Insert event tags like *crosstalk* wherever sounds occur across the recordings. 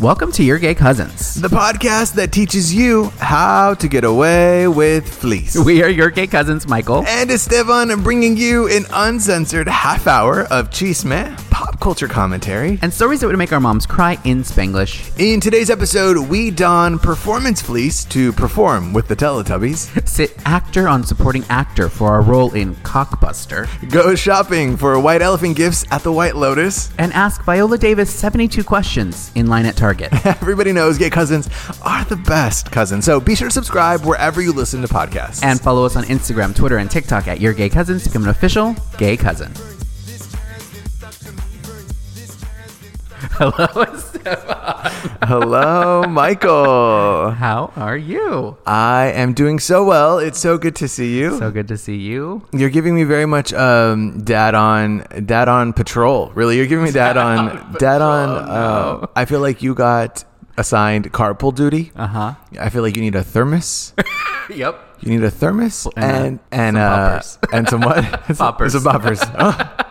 Welcome to Your Gay Cousins. *laughs* The podcast that teaches you how to get away with fleece. We are Your Gay Cousins, Michael. And Esteban bringing you an uncensored half hour of chisme, pop culture commentary. And stories that would make our moms cry in Spanglish. In today's episode, we don performance fleece to perform with the Teletubbies, *laughs* Sit actor on supporting actor for our role in Cockbuster. go shopping for white elephant gifts at the White Lotus. *laughs* And ask Viola Davis 72 questions in line at Target. Everybody knows gay cousins are the best cousins. So be sure to subscribe wherever you listen to podcasts. and follow us on Instagram, Twitter, and TikTok at Your Gay Cousins to become an official gay cousin. *laughs* Hello, Esteban. hello, Michael. How are you? I am doing so well. It's so good to see you. So good to see you. You're giving me very much um, dad on dad on patrol. Really, you're giving *laughs* me dad on dad on. Uh, I feel like you got assigned carpool duty. Uh huh. I feel like you need a thermos. Yep. You need a thermos and *laughs* And, and some uh, poppers. *laughs* and some *laughs* what? Poppers. Some poppers. Oh.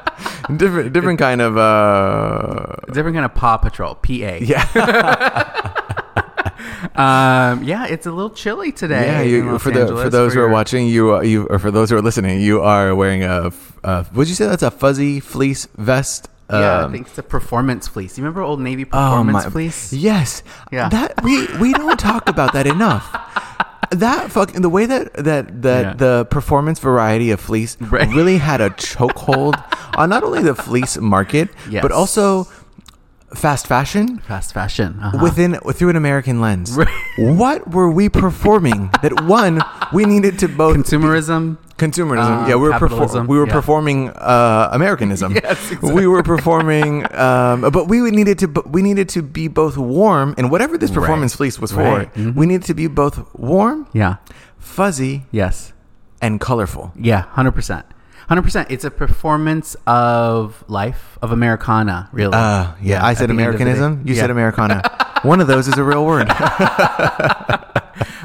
different different kind of uh, Different kind of Paw Patrol, PA. yeah. *laughs* Um, yeah, it's a little chilly today. Yeah, in you, Los for the for Angeles, those who are your- watching, you are, you or for those who are listening, you are wearing a. f- Uh, would you say that's a fuzzy fleece vest? Yeah, Um, Oh, I think it's a performance fleece. You remember Old Navy performance fleece? Yes. Yeah. That we we don't talk about *laughs* that enough. That fucking the way that that that Yeah. the performance variety of fleece Right. really had a *laughs* chokehold on not only the fleece market Yes. but also fast fashion Fast fashion. Uh-huh. within through an American lens. Right. What were we performing that one we needed to both consumerism. consumerism. Uh, yeah, we were performing. capitalism, We were yeah. performing uh, Americanism. *laughs* Yes, exactly. we were performing. Um, but we would needed to. We needed to be both warm and whatever this performance fleece was for. Right. Mhm. We needed to be both warm, Yeah. fuzzy, Yes. and colorful. Yeah. Hundred percent. Hundred percent. It's a performance of life of Americana. Really. Uh, yeah, I at said the end of the day. Americanism. You Yeah. *laughs* said Americana. One of those is a real word. *laughs*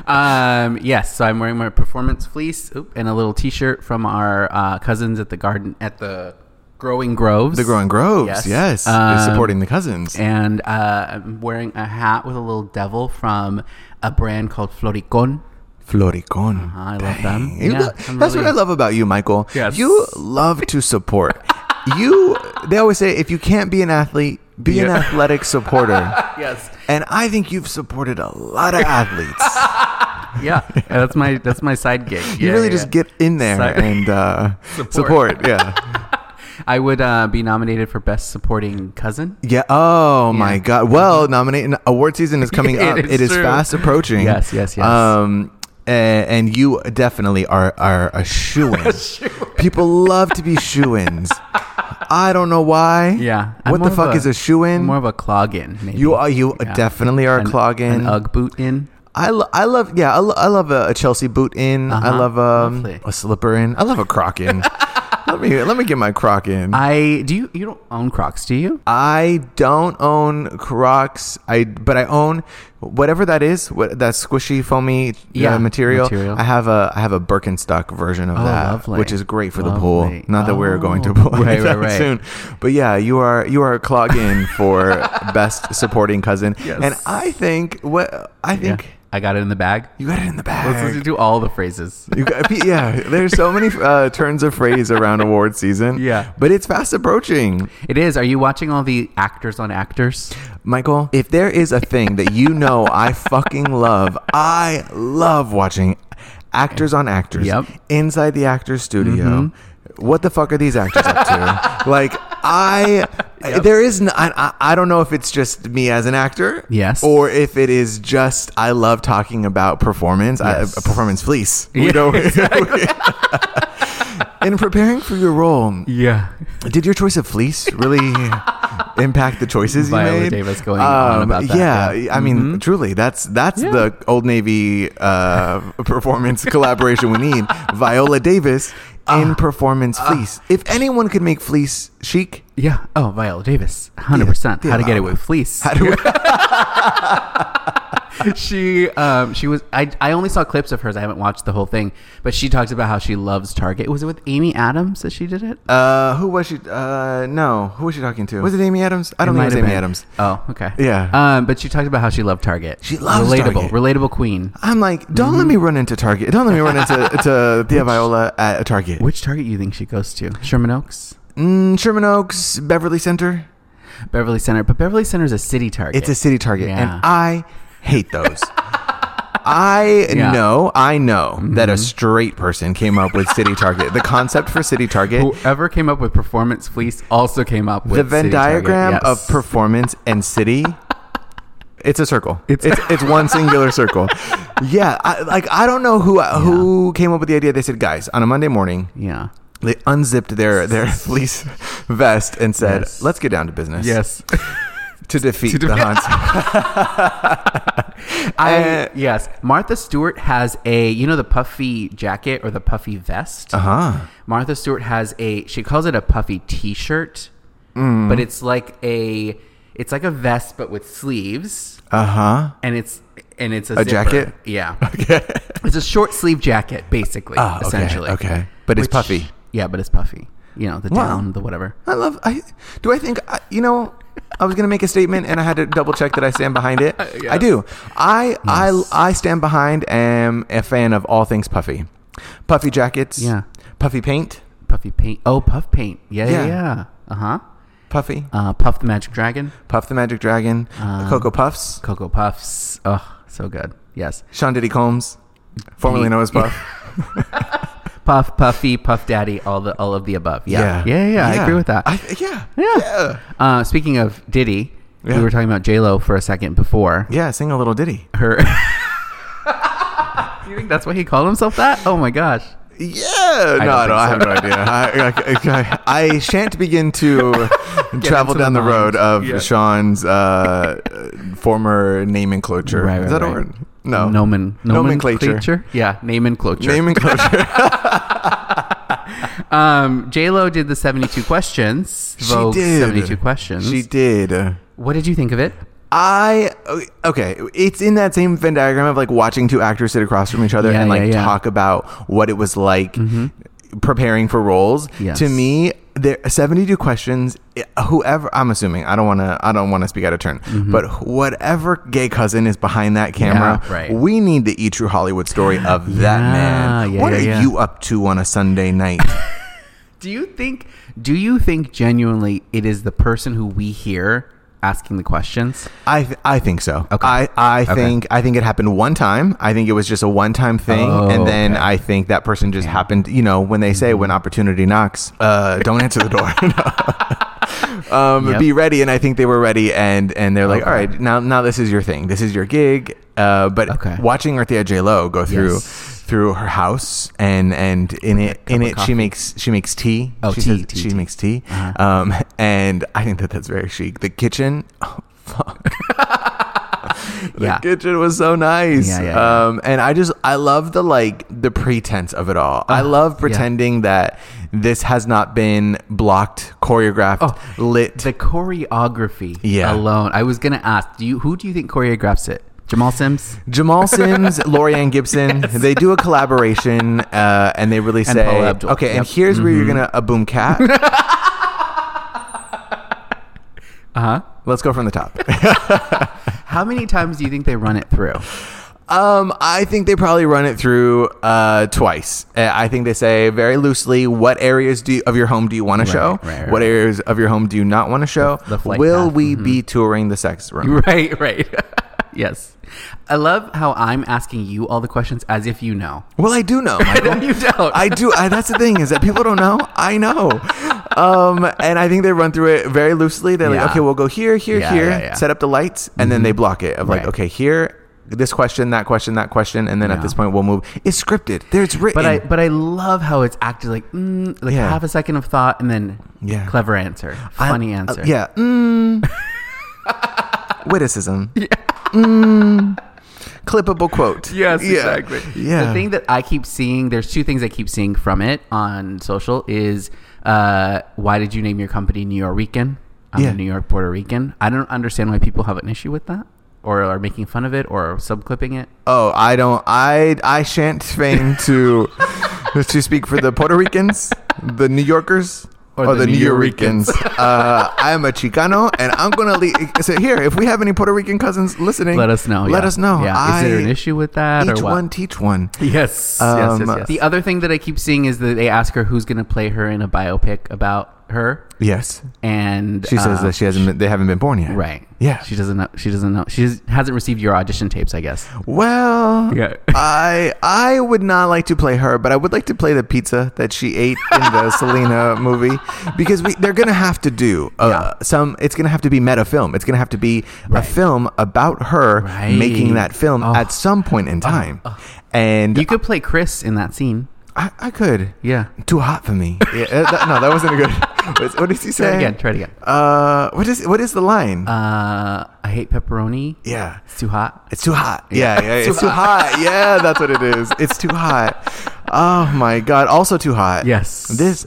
Um, yes, so I'm wearing my performance fleece oop, and a little T-shirt from our uh, cousins at the garden at the Growing Groves. the growing groves. Yes, Yes. they're Um, supporting the cousins. And uh, I'm wearing a hat with a little devil from a brand called Floricon. Ah, Floricon. I love them. You Yeah, lo- I'm that's really- what I love about you, Michael. Yes. You love to support. *laughs* you they always say if you can't be an athlete, be an Yeah. *laughs* athletic supporter. Yes, and I think you've supported a lot of athletes. yeah, that's my that's my side gig. you Yeah, really yeah, just yeah. get in there Side- and uh, *laughs* support. Support. Yeah. I would uh, be nominated for best supporting cousin. Yeah. Oh my Yeah. Mm-hmm. God. Well, nominating award season is *laughs* coming It up. is it is true. fast approaching. Yes, yes, yes. Um, a- and, you definitely are are a shoo *laughs* in. People love to be shoo ins. I don't know why. Yeah, I'm What more the of fuck a- is a shoe in? More of a clog-in. Maybe. You are you definitely are a An- clogging. An UGG boot in. I, lo- I love yeah I, lo- I love a, a Chelsea boot in. I Uh-huh. love um, Lovely. a slipper in. I love a *laughs* croc in. let me let me get my croc in. I, I do you you don't own Crocs, do you? don't own Crocs. I but I own whatever that is. What that squishy foamy uh, Yeah, material. material. I have a I have a Birkenstock version of Oh, that, lovely. which is great for the Lovely. pool. Not that we're going to a Oh, pool *laughs* right, right, right. soon, but yeah, you are you are a *laughs* clog in for best supporting cousin. Yes. And I think what I Yeah. think. I got it in the bag. You got it in the Let's bag. listen to all the phrases. You got, yeah, there's so many uh, turns of phrase around award season. Yeah. But it's fast approaching. It is. Are you watching all the actors on actors? Michael, if there is a thing that you know I fucking love, I love watching actors on actors Yep. Mm-hmm. inside the actors studio. What the fuck are these actors up to? like I there is n- I, I- I don't know if it's just me as an actor, Yes. or if it is just I love talking about performance, I- Yes. uh, performance fleece. Yeah, *laughs* In preparing for your role, Yeah. did your choice of *laughs* fleece really impact the choices you Viola made? Um, Davis going on about that, Yeah, yeah. Mm-hmm. I mean, truly, that's that's Yeah. the Old Navy uh, *laughs* performance collaboration we need. Viola Davis Ah. in performance fleece. If anyone could make fleece chic, Yeah. Oh, Viola Davis. 100%. Yeah, How to get *laughs* yeah. it with fleece. how do *laughs* we? she um, she was I, I only saw clips of hers. I haven't watched the whole thing, but she talks about how she loves Target. Was it with Amy Adams that she did it? Uh, who was she? Uh, no, who was she talking to? Was it Amy Adams? I don't think it was Amy been. Adams. Oh, okay. Yeah. Um, but she talked about how she loved Target. She loves relatable, Target. relatable queen. I'm like, don't Mm-hmm. let me run into Target. Don't let me run into *laughs* to Thea Viola at a Target. Which Target do you think she goes to? Sherman Oaks, Mm, Sherman Oaks, Beverly Center. Beverly Center, but Beverly Center is a city Target. It's a city Target, Yeah. and I hate *laughs* those. Yeah. I Mm-hmm. know, I know that a straight person came up with city Target. The concept for city Target Whoever came up with performance fleece also came up with the Venn City Target, diagram yes. of performance and city. It's a circle. It's it's, one singular circle. Yeah, I, like I don't know who who came up with the idea. They said, guys, on a Monday morning, yeah. they unzipped *laughs* their their fleece vest and said, Yes. let's get down to business. Yes. to defeat To the defeat- *laughs* Huns. I Uh, yes. Martha Stewart has a you know the puffy jacket or the puffy vest. Uh huh. Martha Stewart has a she calls it a puffy t-shirt, Mm. but it's like a it's like a vest but with sleeves Uh huh. and it's and it's a, A zipper. jacket? Yeah. It's a short sleeve jacket basically, Ah, okay, essentially. okay. But it's puffy. Yeah, but it's puffy. You know, the Wow. down, the whatever. I love. I do. I think I, you know. I was going to make a statement, and I had to double check that I stand behind it. I do. I I I stand behind. Am a fan of all things puffy, puffy jackets. Yeah. Puffy paint. Puffy paint. Oh, puff paint. Yeah, yeah, Yeah. yeah. Uh-huh. Puffy. Uh, Puff the Magic Dragon, Puff the Magic Dragon. Um, Cocoa Puffs. Cocoa Puffs. Oh, so good. Yes. Sean Diddy Combs, formerly Pete. known as Puff. Puff, Puffy, Puff Daddy, all the all of the above. *laughs* Yeah. Yeah, yeah, yeah. I agree with that. I, yeah. Yeah. Yeah. Uh, speaking of Diddy, Yeah. we were talking about J Lo for a second before Yeah, sing a little ditty. her. *laughs* you think that's why he called himself that? Oh my gosh! Yeah, no, I, don't don't, I have think no idea. I, I, I, I shan't begin *laughs* to travel into down the the, road mind. of Yeah. Sean's uh, former nomenclature. Right, right, Is that a right. word? No, Nomen, Nomenclature. nomenclature. Yeah, nomenclature. *laughs* nomenclature. um, J Lo did the *laughs* seventy-two questions. She Vogue did. seventy-two questions. she did. what did you think of it? I okay. It's in that same Venn diagram of like watching two actors sit across from each other Yeah, and yeah, like yeah. Mm-hmm. talk about what it was like preparing for roles. Yes. To me, there seventy-two questions. eh, Whoever I'm assuming, I don't want to. I don't want to speak out of turn. But whatever gay cousin is behind that camera, Mm-hmm. Yeah, right. we need the E True Hollywood story of that Yeah, man. yeah, what yeah, are yeah. you up to on a Sunday night? Do you think? Do you think genuinely it is the person who we hear asking the questions? I th- I think so. Okay. I I Okay. think I think it happened one time. I think it was just a one time thing, Oh, and then okay. Mm-hmm. I think that person just happened. You know, when they say when opportunity knocks, uh, don't answer the door. *laughs* um, Yep. Be ready, and I think they were ready, and and they're like, Okay. all right, now now this is your thing. This is your gig. Uh, but Okay. watching Arthea J Lo go through. Yes. Through her house, and and in it in of it she coffee. makes she makes tea. Oh, she tea, says tea, she tea. makes tea. Uh-huh. Um, and I think that that's very chic. The kitchen, oh, fuck, the Yeah. kitchen was so nice. Yeah, yeah, yeah. Um, and I just I love the like the pretense of it all. Uh-huh. I love pretending that this has not been blocked, choreographed, Oh, lit. The choreography Yeah. alone. I was gonna ask, do you who do you think choreographs it? Jamal Sims? *laughs* Jamal Sims, Lorianne Gibson, they do a collaboration, uh, and they really And say, Paula Abdul. "Okay, and Yep. Mm-hmm. here's where you're gonna a *laughs* boom cat. Uh-huh. Let's go from the top." How many times do you think they run it *laughs* through? Um, I think they probably run it through uh, twice. Uh, I think they say very loosely, "What areas do you, of your home do you want to show? right, right, what right. areas of your home do you not want to show? The- the flight Will path, mm-hmm. we be touring the sex room?" Right, right. *laughs* yes. I love how I'm asking you all the questions as if you know. Well, *laughs* I do know. Michael. you don't. *laughs* I do. I, that's the thing is that people don't know. I know. Um, and I think they run through it very loosely. They're Yeah. like, okay, we'll go here, here, Yeah, here, yeah, yeah. Mm-hmm. set up the lights, and then they block it of like, Right. okay, here, this question, that question, that question, and then at Yeah. this point we'll move. It's scripted. There, it's written. But I but I love how it's acted like mm, like Yeah. half a second of thought and then Yeah. clever answer. Funny I- answer. uh, yeah. *laughs* Mm. Witticism. Mm. Clippable quote. *laughs* Yes, Yeah. exactly. Yeah. The thing that I keep seeing, there's two things I keep seeing from it on social is uh, why did you name your company New York Rican? I'm Yeah. a New York Puerto Rican. I don't understand why people have an issue with that. or are making fun of it or subclipping it? Oh, I don't. I I shan't feign to to speak for the Puerto Ricans, the New Yorkers, or, the, New, Yorkers. uh, I'm a Chicano, and I'm gonna leave. So here, if we have any Puerto Rican cousins listening, Let us know. Let yeah. us know. Yeah. I, Is there an issue with that Each or what? one teach one. Yes, yes, Um, yes, yes. The other thing that I keep seeing is that they ask her who's going to play her in a biopic about her, Yes, and she says uh, that she hasn't. Been, they haven't been born yet. Right. Yeah. She doesn't know. She doesn't know. She hasn't received your audition tapes, I guess. Well, Yeah. *laughs* I I would not like to play her, but I would like to play the pizza that she ate *laughs* in the Selena movie because we they're gonna have to do uh, some. It's gonna have to be meta film. It's gonna have to be a film about her Right. making that film Oh. at some point in time, and You could play Chris in that scene. I, I could. Yeah. Too hot for *laughs* me. Yeah, uh, that- no, that wasn't a good. What does he Try it say? again. Try it again. Uh, what is what is the line? Uh, I hate pepperoni. yeah, It's too hot. It's too hot. Yeah, yeah, Too it's too hot. Yeah, that's what it is. It's too hot. Oh my god, also too hot. Yes. This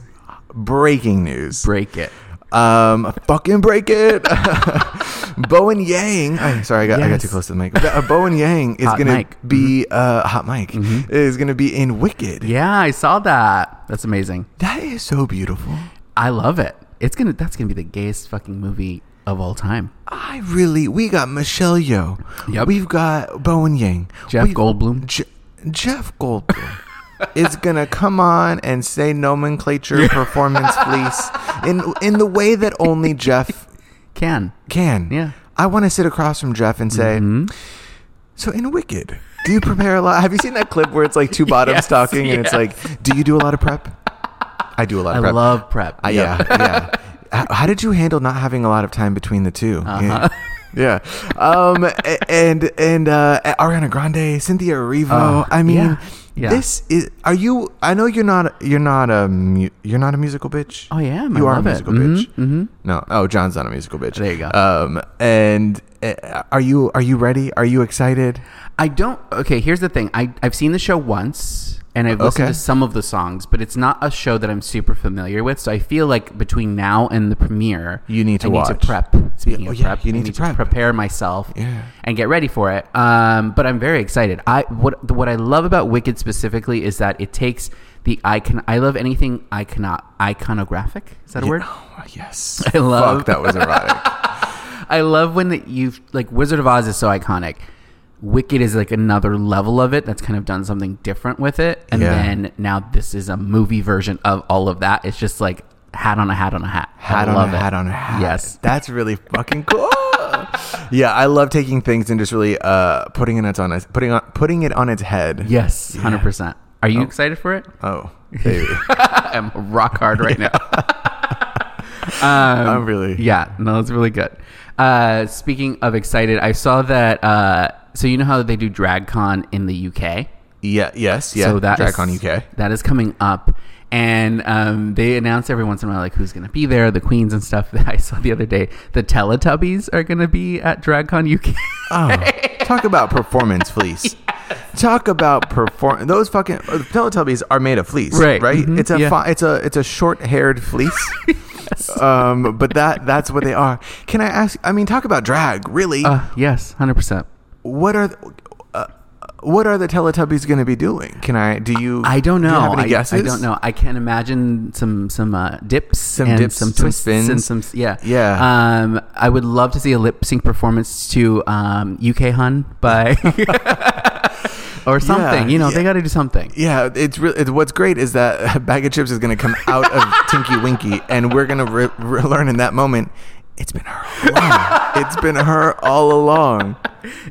breaking news. Break it. Um fucking break it. *laughs* Bowen Yang. i sorry, I got I got Yes. too close to the mic. Uh, Bowen Yang is Hot going to mic. be uh hot mic. Is going to be in Wicked. Yeah, I saw that. That's amazing. That is so beautiful. I love it. It's gonna. That's gonna be the gayest fucking movie of all time. I really we got Michelle Yeoh. Yep. We've got Bowen Yang. Jeff We've- Goldblum. Je- Jeff Goldblum *laughs* is gonna come on and say nomenclature performance *laughs* fleece in in the way that only Jeff Can. can. Yeah. Mm-hmm. I want to sit across from Jeff and say, "So in Wicked, do you prepare a lot? Have you seen that clip where it's like two *laughs* bottoms Yes, talking and yes. it's like, do you do a lot of prep? I do a lot I of prep. love prep. Uh, yeah, yeah. H- How did you handle not having a lot of time between the 2 Uh-huh. Yeah. Yeah. Um, a- and and uh, Ariana Grande, Cynthia Erivo. Uh, I mean, yeah, yeah. this is. Are you? I know you're not. You're not a. mu- You're not a musical bitch. I am. Oh, I You are a love it. musical Mhm, bitch. mhm. No. Oh, John's not a musical bitch. There you go. Um, and uh, are you? Are you ready? Are you excited? I don't. Okay, here's the thing. I I've seen the show once, and I've listened Okay. to some of the songs, but it's not a show that I'm super familiar with. So I feel like between now and the premiere, You need to I watch. to prep. Speaking Yeah, oh of yeah, prep, you I need to prep. prepare myself Yeah. and get ready for it. Um, but I'm very excited. I what what I love about Wicked specifically is that it takes the icon. I love anything icono- iconographic. Is that a word? Oh, yes. *laughs* I love- Fuck, that was erotic. I love when that you've like Wizard of Oz is so iconic. Wicked is like another level of it that's kind of done something different with it. And Yeah. then now this is a movie version of all of that. It's just like hat on a hat on a hat. hat I on love a it. hat on a hat. Yes. *laughs* that's really fucking *laughs* cool. yeah, I love taking things and just really uh, putting it on its putting on putting it on its head. Yes, 100%. Are you excited for it? *laughs* Oh, baby, I'm rock hard right now. um, I'm really. *laughs* Yeah, no, it's really good. Uh, speaking of excited, I saw that. Uh, so, you know how they do DragCon in the UK? Yeah. Yes. Yeah. So that is- DragCon UK. *laughs* That is coming up. And um, they announce every once in a while like who's going to be there, the queens and stuff *laughs* that I saw the other day. The Teletubbies are going to be at DragCon UK. Oh, talk about *laughs* performance fleece. Talk about perform. Those fucking uh, Teletubbies are made of fleece, Right. Right. Mhm. It's a Yeah. fi- it's a it's a short haired fleece. *laughs* Um, but that that's what they are. Can I ask? I mean, talk about drag. Really, uh, yes, hundred percent. what are th- uh, what are the Teletubbies going to be doing? Can I? Do you? I don't do know. you have any I, guesses? I don't know. I can imagine some some uh, dips, Some and dips, some some twists, spins. and some yeah, Yeah. Um, I would love to see a lip sync performance to um, UK Hun *laughs* by *laughs* or something. you know, yeah. they got to do something. Yeah, it's really. It's, what's great is that *laughs* bag of chips is going to come out of *laughs* Tinky Winky, and we're going to re- re- learn in that moment. It's been her. All *laughs* along. it's been her all along.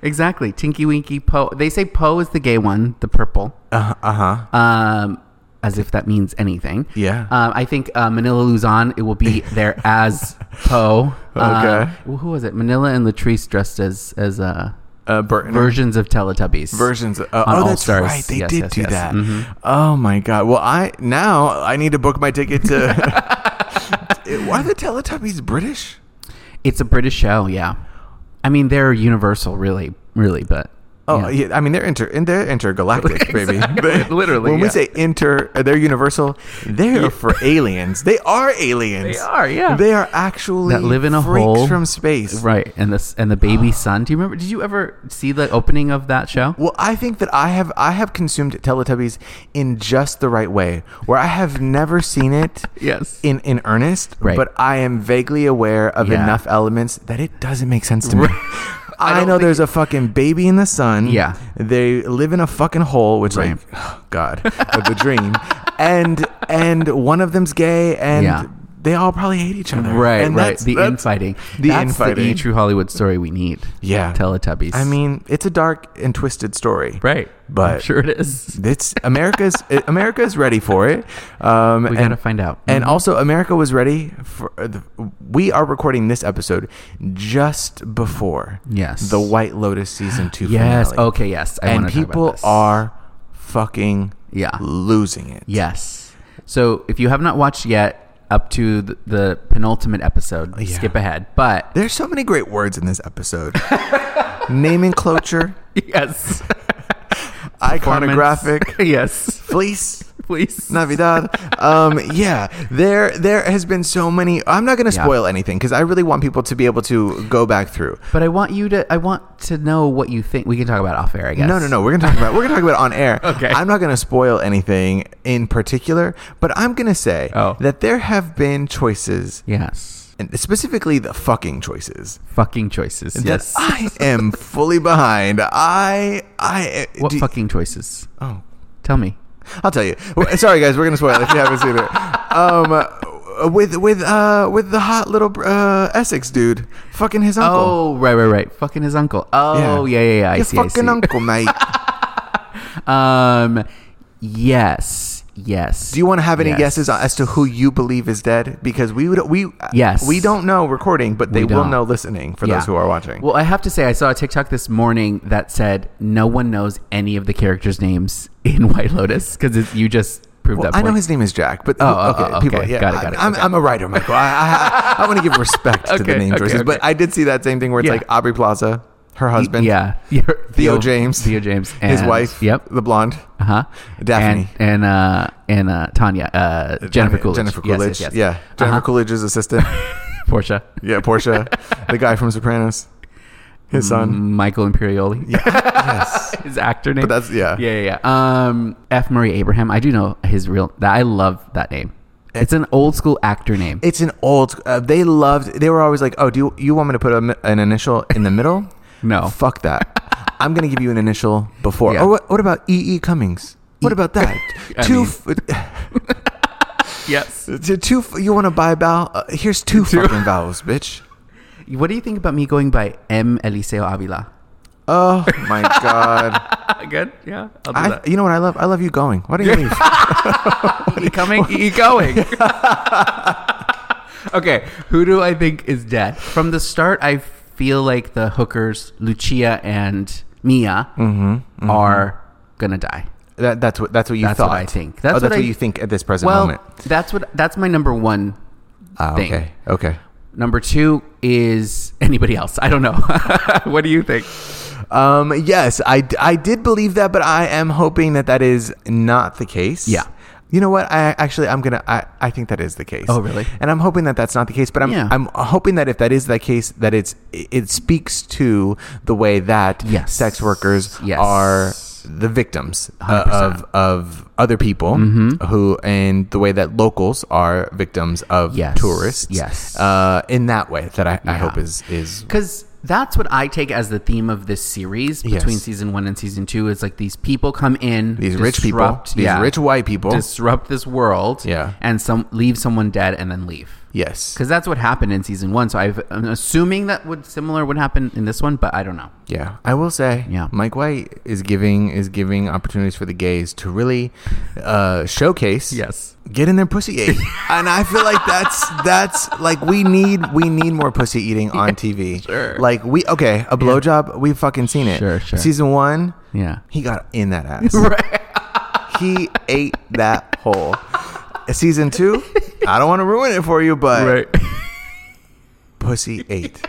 Exactly. Tinky Winky Poe. They say Poe is the gay one, the purple. Uh huh. Um, as if that means anything. Yeah. Um, I think uh, Manila Luzon, it will *laughs* be there as Poe. Uh, Okay. wh- who was it? Manila and Latrice dressed as as uh, Uh, Burton. versions of Teletubbies. versions. Of, uh, On oh, All that's Stars. right. They Yes, did yes, do yes. that. Mhm. Oh my god. Well, I now I need to book my ticket *laughs* to. *laughs* Why are the Teletubbies British? It's a British show, yeah. I mean, they're universal, really, really, but Oh yeah. I mean they're inter and *laughs* they're intergalactic, baby. They- Literally, When we yeah. say inter, uh, they're universal. They're for aliens. They are aliens. They are, yeah. They are actually that live in a freaks hole from space. right? And this and the *gasps* baby son. Do you remember? Did you ever see the opening of that show? Well, I think that I have I have consumed Teletubbies in just the right way, where I have never seen it Yes. in in earnest, Right. but I am vaguely aware of Yeah. enough elements that it doesn't make sense to me. I *laughs* I, don't know think- there's a fucking baby in the sun. Yeah. they live in a fucking hole, which Right. like, oh, God, of a *laughs* dream. And and one of them's gay, and Yeah. they all probably hate each other. Right, And right. that's- The that's- infighting. the That's infighting. the e- true Hollywood story we need. Yeah. Teletubbies. I mean, it's a dark and twisted story. right. but- I'm sure it *laughs* is. It's America's. it- America's ready for it. Um, We and gotta find out. Mm-hmm. And also, America was ready for. uh, The, we are recording this episode just before Yes. the White Lotus season two. Yes. finale. Okay. Yes. I and wanna talk about people this. are fucking Yeah. losing it. Yes. So if you have not watched yet, up to the, the penultimate episode, Yeah. skip ahead. But There's so many great words in this episode. *laughs* Naming *laughs* cloture, yes, *laughs* iconographic, *laughs* *laughs* yes, fleece. please. Navidad. Um, yeah, there there has been so many. I'm not going to Yeah. spoil anything because I really want people to be able to go back through. But I want you to. I want to know what you think. We can talk about it off air. I guess. No, no, no. We're gonna talk about we're gonna talk about it on air. Okay. I'm not gonna spoil anything in particular, but I'm gonna say Oh. that there have been choices, *laughs* Yes. and specifically the fucking choices. Fucking choices. Yes. That I am fully behind. I I eh, what do- fucking choices? Oh, Tell me. I'll tell you. Well, Sorry, guys, we're gonna spoil it if you haven't seen it. Um, uh, with with uh with the hot little uh, Essex dude, fucking his uncle. Oh, right, right, right. Fucking his uncle. Oh, yeah, yeah, yeah. I Your see. I fucking see. uncle, mate. Um. Yes. Yes. Do you want to have any yes. guesses as to who you believe is dead? Because we would we Yes. we don't know recording, but they We will don't. know listening for Yeah. those who are watching. Well, I have to say, I saw a TikTok this morning that said no one knows any of the characters' names in *laughs* White Lotus because you just proved Well, that. I Point. know his name is Jack, but Oh, okay, people, okay. yeah, Got it, got it, I, am okay. I'm a writer, Michael. I, I, I, want to give respect to the Okay, name okay, choices, but okay. I did see that same thing where it's Yeah. like Aubrey Plaza, her husband, Yeah. *laughs* Theo James, Theo James. And, his wife, Yep. the blonde, Uh huh. Daphne. And and uh, and uh, Tanya. Uh, Jennifer Coolidge. Jennifer Yes, Coolidge, yes, yes. yeah, Jennifer Uh-huh. Coolidge's assistant, *laughs* Portia. yeah, Portia, the guy from Sopranos, his son, Michael Imperioli. yeah, yes, *laughs* his actor name. but that's yeah, yeah, yeah, yeah. Um, F. Murray Abraham. I do know his real. That I love that name. Eh. It's an old school actor name. It's an old. Uh, they loved. They were always like, "Oh, do you, you want me to put a mi- an initial in the middle?" *laughs* No. Fuck that. *laughs* I'm gonna give you an initial before. Yeah. Or what, what about E. E. Cummings? E- What about that? *laughs* I two. mean- F- *laughs* yes. t- two. F- you want to buy vowel? Uh, here's *laughs* two, fucking vowels, bitch. What do you think about me going by M. Eliseo Avila? Oh my god. *laughs* Good. Yeah. I'll do I, that. you know what I love? I love you going. Why do you *laughs* leave? E coming, E going. *laughs* okay. Who do I think is dead? From the start, I feel like the hookers, Lucia and Mia, are going to die. Mm-hmm. that, that's what. That's what you That's thought. what I think. That's That's, oh, that's what what, I- you think at this present Well, moment. that's what that's my number one Ah, thing. okay. Okay. Number two is anybody else. I don't know. *laughs* what do you think? Um, yes, I, I did believe that, but I am hoping that that is not the case. Yeah. You know what? I actually, I'm gonna. I, I think that is the case. Oh, really? And I'm hoping that that's not the case. But I'm Yeah. I'm hoping that if that is the case, that it's it speaks to the way that Yes. sex workers Yes. are the victims uh, 100%. of of other people Mm-hmm. who, and the way that locals are victims of Yes. tourists. Yes. Uh, in that way, that I, I Yeah. hope is is Because that's what I take as the theme of this series Yes. between season one and season two. Is like these people come in, these rich people, disrupt- these yeah, rich white people. disrupt this world, Yeah. and some leave someone dead and then leave. Yes. Because that's what happened in season one. So I've, I'm assuming that would similar would happen in this one, but I don't know. Yeah, I will say. Yeah. Mike White is giving is giving opportunities for the gays to really uh, showcase. Yes. Get in their pussy *laughs* ate, and I feel like that's that's like we need we need more pussy eating on TV. sure. Like we okay a blowjob we've fucking seen it. Sure, sure. Season one, Yeah. he got in that ass. *laughs* Right. he ate that whole. Season two, I don't want to ruin it for you, but *laughs* pussy ate.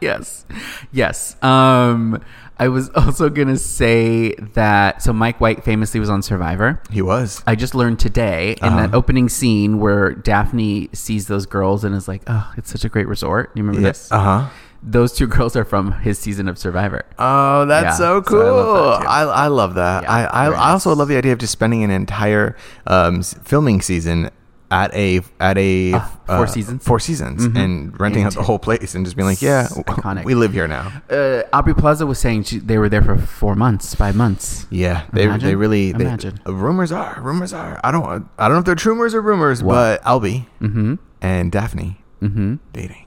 yes. Yes. Um. I was *laughs* also gonna say that. So Mike White famously was on Survivor. He was. I just learned today in that opening scene where Daphne sees those girls and is like, "Oh, it's such a great resort." You remember this? Uh huh. Those two *laughs* girls are from his season of Survivor. Oh, that's Yeah, so so cool! I love that too. I, I love that. Yeah, I, I, very I also love the idea of just spending an entire um, s- filming season at a at a Uh, uh, four seasons. Mm-hmm. four seasons and renting out the whole place and just being like, yeah, w- iconic. we live here now. Uh, Aubrey Plaza was saying she, they were there for four months, five months. Yeah, they they Imagine. really they, Imagine. uh, rumors are rumors are. I don't I don't know if they're true rumors or rumors, but Albie Mm-hmm. and Daphne Mm-hmm. dating.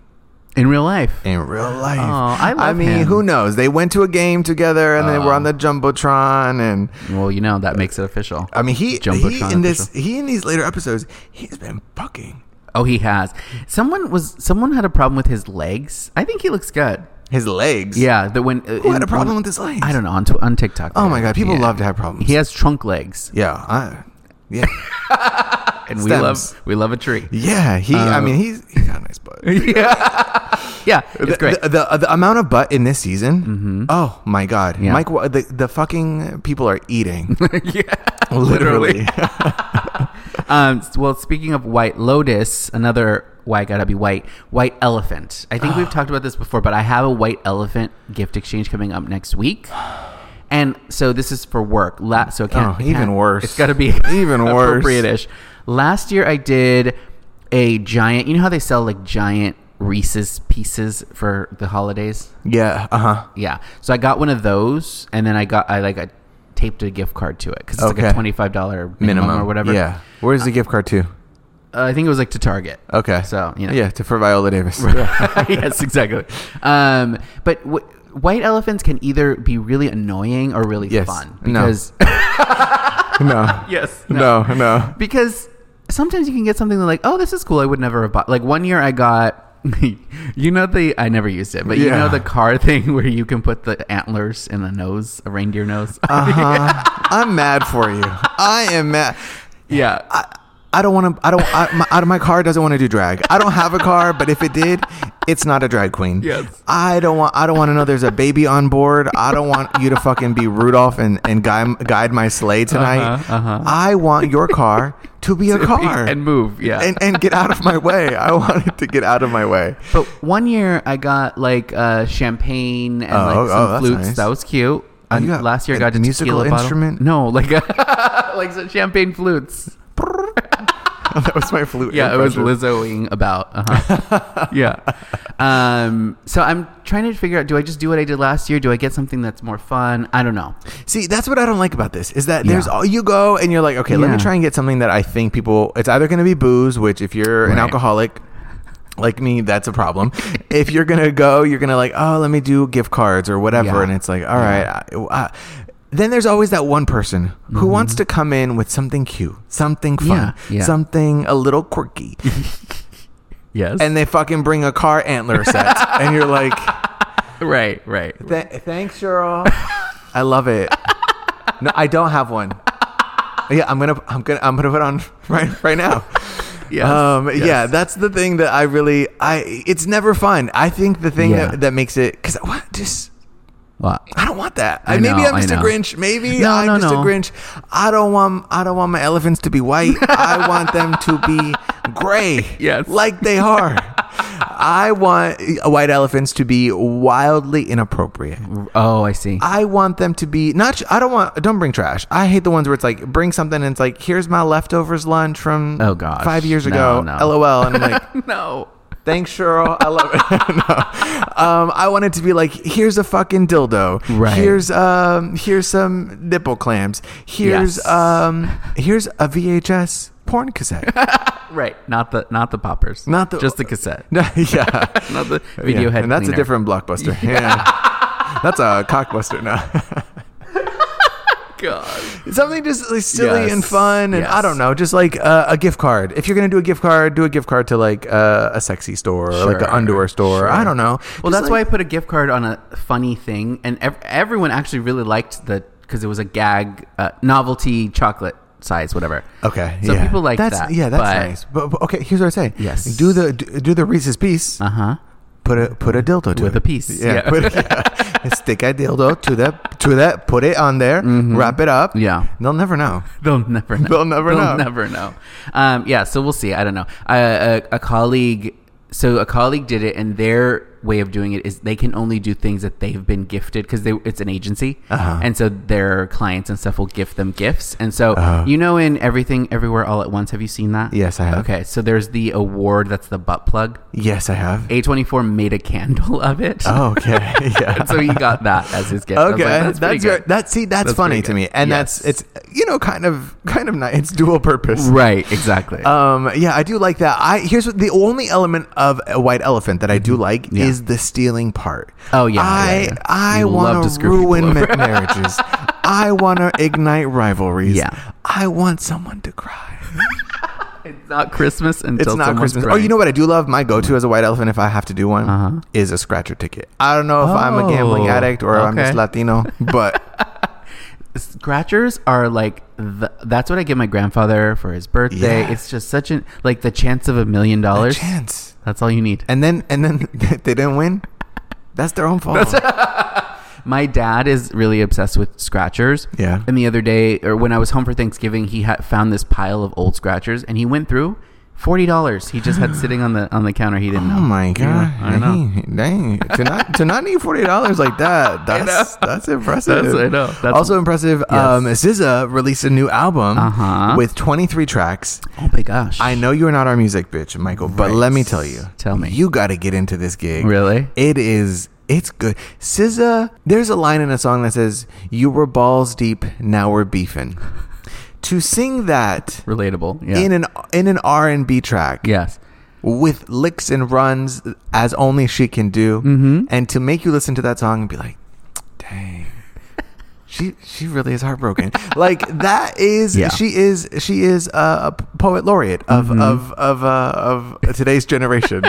In real life. in real life. Aw, Oh, I love mean, him. who knows? They went to a game together and they were Oh. on the jumbotron, and Well, you know that makes it official. I mean, he, he Jumbotron in this official. he in these later episodes, he's been bucking. Oh, he has. Someone was someone had a problem with his legs. I think he looks good. His legs. Yeah, that when uh, Who had a problem with his legs? I don't know on, t- on TikTok. Oh there. my god, people Yeah. love to have problems. He has trunk legs, yeah, I, yeah, *laughs* and we Stems. love Um, we love a tree. yeah. He, I mean, he's he's got a *laughs* nice butt. yeah, yeah, it's The, great. Mm-hmm. The, the the amount of butt in this season. Oh my god, Yeah. Mike, Wa- the the fucking people are eating. *laughs* *laughs* yeah, *laughs* literally. um, s- well, speaking of White Lotus, another why gotta be white white elephant. I Ah. think we've talked about this before, but I have a white elephant gift exchange coming up next week. And so this is for work. La- so it can't, Oh, it even can't- worse. It's got to be *laughs* Even worse. appropriate-ish. Last year I did a giant. You know how they sell like giant Reese's pieces for the holidays? yeah. Uh huh. Yeah. So I got one of those, and then I got I like I taped a gift card to it because it's like Okay. a twenty five dollar minimum, Minimum or whatever. Yeah. Where's the gift card to? Uh, I think it was like to Target. Okay. So you know. Yeah, to for Viola *laughs* Davis. *laughs* yes, exactly. Um, but w- white elephants can either be really annoying or really Yes. fun No. because *laughs* no. yes, No, no. because sometimes you can get something that like, oh, this is cool. I would never have bought. Like one year I got. *laughs* you know the I never used it, but you Yeah. know the car *laughs* thing where you can put the antlers in the nose, a reindeer nose. Uh-huh. I'm mad for you. I am mad. *laughs* yeah, I, I don't want to. I don't. I, my, out of my car doesn't want to do drag. I don't have a car, but if it did, it's not a drag queen. Yes. I don't want. I don't want to know there's a baby on board. I don't want you to fucking be Rudolph and and guide, guide my sleigh tonight. Uh-huh, uh-huh. I want your car to be *laughs* a car and move. Yeah, and and get out of my way. I want it to get out of my way. *laughs* But one year I got like uh, champagne and Oh, oh, like some that's flutes. nice. That was cute. Oh, And you got last year I a got a musical tequila bottle. instrument? No, *laughs* like like some champagne flutes. that was my flute. Yeah, it was impression. Lizzoing about. *laughs* Uh-huh. yeah. Um, so I'm trying to figure out: do I just do what I did last year? Do I get something that's more fun? I don't *laughs* know. See, that's what I don't like about this is that there's Yeah. all you go and you're like, okay, let me Yeah. try and get something that I think people. It's either going to be booze, which if you're an Right. alcoholic like me, that's a problem. if you're gonna go, you're gonna like, oh, let me do gift cards or whatever, Yeah. and it's like, all right. I, I, then there's always that one person who wants to come in with something cute, something fun, Mm-hmm. Yeah, yeah. something a little quirky, Yes. and they fucking bring a car antler set, and you're like, right, right. Th- thanks, Cheryl. *laughs* I love it. No, I don't have one. Yeah, I'm gonna, I'm gonna, I'm gonna put on right, right now. Yes, Um, yes. Yeah, that's the thing that I really, I. It's never fun. I think the thing Yeah. that, that makes it, because what just. Well, I don't want that. I Maybe know, I'm I just a know. Grinch. Maybe No, I'm no, just no. a Grinch. I don't want I don't want my elephants to be *laughs* white. I want them to be gray. Yes. Like *laughs* they are. I want uh, white elephants to be wildly inappropriate. oh, I *laughs* see. I want them to be not. I don't want. Don't bring trash. I hate the ones where it's like bring something and it's like here's my leftovers lunch from Oh, gosh. five years No, ago. no. LOL. And I'm like *laughs* no. thanks Cheryl. I love it. *laughs* no. um, I want it to be like here's a fucking dildo. Right. Here's um here's some nipple clamps. Here's Yes. um here's a VHS porn *laughs* cassette. *laughs* Right. Not the not the poppers. Not the- just the *laughs* cassette. No, yeah. Not the video Yeah, head. And that's a cleaner. different *laughs* blockbuster. Yeah. *laughs* That's a cockbuster now. *laughs* God. Something just like, silly Yes. and fun, and I Yes. don't know, just like uh, a gift card. If you're gonna do a gift card, do a gift card to like uh, a sexy store or like an Sure, underwear store. sure. I don't know. Well, Just that's why I like- put a gift card on a funny thing, and ev- everyone actually really liked the because it was a gag uh, novelty chocolate size, whatever. Okay. So yeah. people like that's, that, Yeah, that's but- nice. But, but okay, here's what I say. Yes. Do the do, do the Reese's piece, Uh huh. Put a put a dildo to With it. a piece, yeah. put a- *laughs* yeah. Stick a dildo to that to that. Put it on there. Wrap it up. Mm-hmm. Yeah. they'll never know. They'll *laughs* never know. They'll never know. never know. Um, yeah, so we'll see. I don't know. Uh, a, a colleague, so a colleague did it, and their way of doing it is they can only do things that they've been gifted because it's an agency, Uh-huh. and so their clients and stuff will gift them gifts. And so Oh. you know, in everything, everywhere, all at once. Have you seen that? Yes, I have. Okay, so there's the award that's the butt plug. Yes, I have. A24 made a candle of it. *laughs* Oh, okay. *laughs* Yeah. And *laughs* so he got that as his gift. I was Okay, like, that's, pretty your, good." that. See, that's, That's pretty funny to good. me, and Yes. that's it's you know kind of kind of nice. It's dual purpose. right. Exactly. Um, yeah, I do like that. I here's what, the only element of a white elephant that I do like Mm-hmm. Yeah. is the stealing part. Oh, yeah, I yeah, yeah. I You love want to to screw people ruin over. ma- marriages. I *laughs* want to ignite rivalries. Yeah. I want someone *laughs* to cry. It's not Christmas until It's not Christmas. Oh, you know what I do love? My go-to as a white elephant, if I have to do one, Uh-huh. is a scratcher ticket. I don't know if I'm a gambling Oh, addict or I'm just okay. Latino, *laughs* but scratchers are like the, that's what I get my grandfather for his birthday. Yeah. It's just such an like the chance of a million a dollars. chance. That's all you need. and then and then *laughs* they didn't win. That's their own fault. My dad is really obsessed with scratchers. Yeah. And the other day, or when I was home for Thanksgiving, he had found this pile of old scratchers, and he went through forty dollars. He just *gasps* had sitting on the on the counter. He didn't Oh know. my god! Yeah, I know. Dang, dang. to not to not need forty dollars *laughs* like that. That's know. that's impressive. That's- I know. That's- also impressive. Um, SZA released a new album Uh-huh. with twenty three tracks. Oh my gosh! I know you are not our music bitch, Michael, but Right. let me tell you. Tell me. You got to get into this gig. Really? It is. It's good. SZA. There's a line in a song that says, "You were balls deep, now *laughs* we're beefing." to sing that. Relatable. Yeah. in an in an R and B track *laughs* yes. with licks and runs as only she can do, Mm-hmm. and to make you listen to that song and be like, "Dang, *laughs* she she really is heartbroken." *laughs* like that is Yeah. Mm-hmm. she is she is a, a poet laureate of of of uh, of *laughs* today's generation.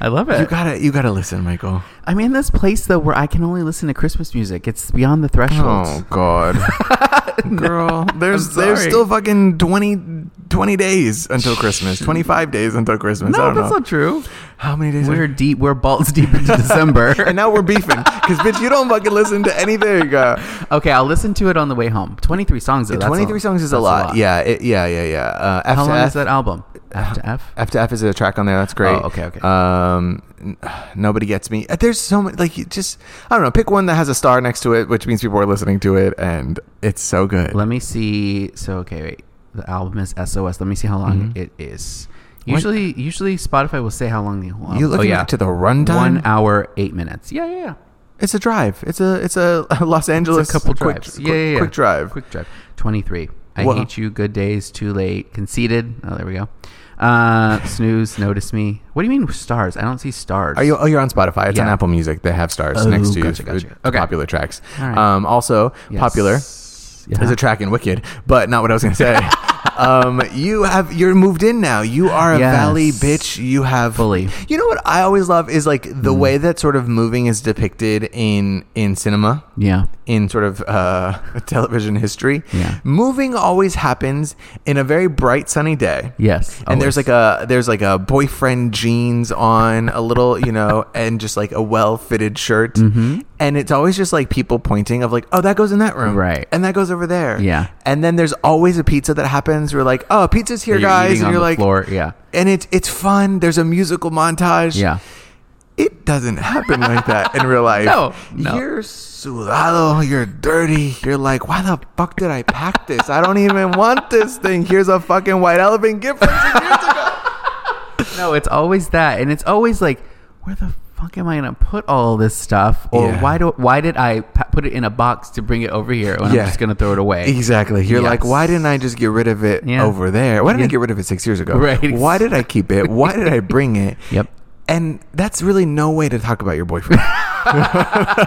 I love it. you gotta you gotta listen, Michael. I'm in this place though where I can only listen to Christmas music. It's beyond the threshold. Oh God, *laughs* girl, there's I'm there's sorry. still fucking 20, 20 days until Christmas, twenty five days until Christmas. I No, don't that's know. not true. How many days? are- We're deep. We're balls deep *laughs* into *laughs* December. and now we're beefing because bitch, you don't fucking listen to anything. Uh, okay, I'll listen to it on the way home. Twenty three songs. Though, that's Twenty three songs is a that's lot. Yeah, it, yeah, yeah, yeah. Uh, F How to long F, is that album? F to F. F to F is a track on there. That's great. Oh, okay, okay. Um, n- *sighs* nobody gets me. Uh, There's so many. Like, you just I don't know. Pick one that has a star next to it, which means people are listening to it, and it's so good. Let me see. So okay, wait. The album is SOS. Let me see how long it is. Mm-hmm. What? Usually, usually Spotify will say how long the whole. You album- looking to the runtime? One hour eight minutes. Yeah, yeah, yeah. It's a drive. It's a it's a *laughs* Los It's Angeles a couple quick, drives. quick, yeah, yeah, yeah. quick drive. Quick drive. Twenty three. I Wha- hate you. Good days. Too late. Conceited. Oh, there we go. *laughs* Uh, snooze. Notice me. What do you mean stars? I don't see stars. Are you? Oh, you're on Spotify. It's on Yeah. Apple Music. They have stars Oh, next to gotcha, uh, gotcha. Okay. popular tracks. All right. Um, also, Yes. popular Yeah. is a track in Wicked, but not what I was going *laughs* to say. um, you have you're moved in now. You are a Yes. valley bitch. You have Fully. Mm. You know what I always love is like the way that sort of moving is depicted in in cinema Yeah. in sort of uh, *laughs* television history. Yeah. Moving always happens in a very bright sunny day. Yes. And there's like a there's like a boyfriend jeans on a little *laughs* you know and just like a well fitted shirt Mm-hmm. and it's always just like people pointing of like oh that goes in that room Right. and that goes over there Yeah. and then there's always a pizza that happens we're like oh pizza's here guys and you're like floor. Yeah. and it's it's fun there's a musical montage Yeah. it doesn't happen like that in real *laughs* life. No, no. You're sudado, you're dirty. You're like, why the fuck did I pack this? I don't even want this thing. Here's a fucking white elephant gift from 10 years ago. No, it's always that, and it's always like, where the fuck am I gonna put all this stuff, or Yeah. why do why did I pa- put it in a box to bring it over here when Yeah. I'm just gonna throw it away? Exactly. You're like, Yes. why didn't I just get rid of it Yeah. over there? Why didn't I Yeah. get rid of it six years ago? Right. Why did I keep it? Why *laughs* did I bring it? Yep. And that's really no way to talk about your *laughs* boyfriend. *laughs*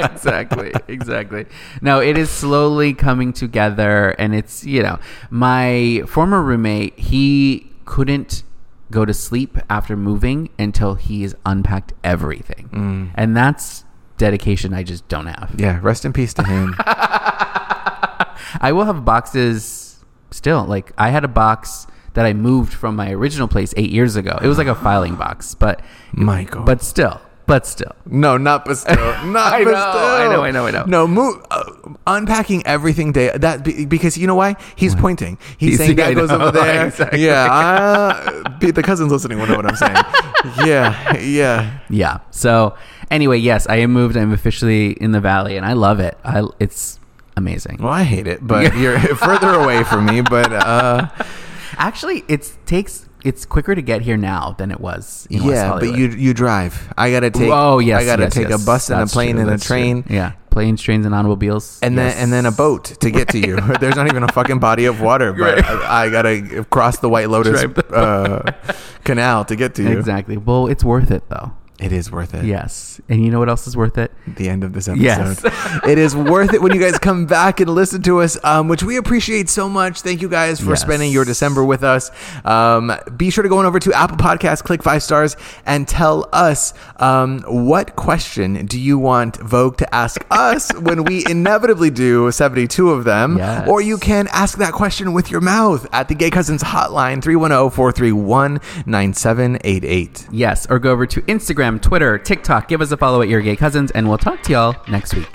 exactly exactly no it is slowly coming together and it's you know my former roommate he couldn't go to sleep after moving until he's unpacked everything Mm. and that's dedication i just don't have yeah. Rest in peace to *laughs* him. i will have boxes still like i had a box that I moved from my original place eight years ago. It was like a filing box, but Michael. but still, but still. No, not Pastel. Not *laughs* I know, I Pastel. know, I know, I know. No, move, uh, unpacking everything day. That be, because you know why he's pointing. He's, He's- saying *laughs* I that goes know, over there. exactly. Yeah, I, be- the cousins listening will know what *laughs* I'm saying. yeah, yeah. Yeah. So anyway, yes, I am moved. I'm officially in the valley, and I love it. I it's amazing. Well, I hate it, *laughs* but you're further away from me. But uh, Actually, it takes it's quicker to get here now than it was. In West yeah, but Hollywood. you you drive. I gotta take. oh yes, I gotta yes, take yes. a bus and That's a plane true, and a that's true. train. Yeah, planes, trains, and automobiles. and Yes. then and then a boat to get to you. *laughs* There's not even a fucking body of water, but Right. I, I gotta cross the White Lotus Drive the- uh, canal to get to you. Exactly. Well, it's worth it though. It is worth it. Yes, and you know what else is worth it? The end of this episode. Yes. *laughs* it is worth it when you guys come back and listen to us, um, which we appreciate so much. Thank you guys for Yes. spending your December with us. Um, be sure to go on over to Apple Podcasts, click five stars, and tell us um, what question do you want Vogue to ask *laughs* us when we inevitably do 72 of them? Yes. Or you can ask that question with your mouth at the Gay Cousins Hotline, 310 431 9788. Yes, or go over to Instagram, Twitter, TikTok. Give us a follow at Your Gay Cousins, and we'll talk to y'all next week.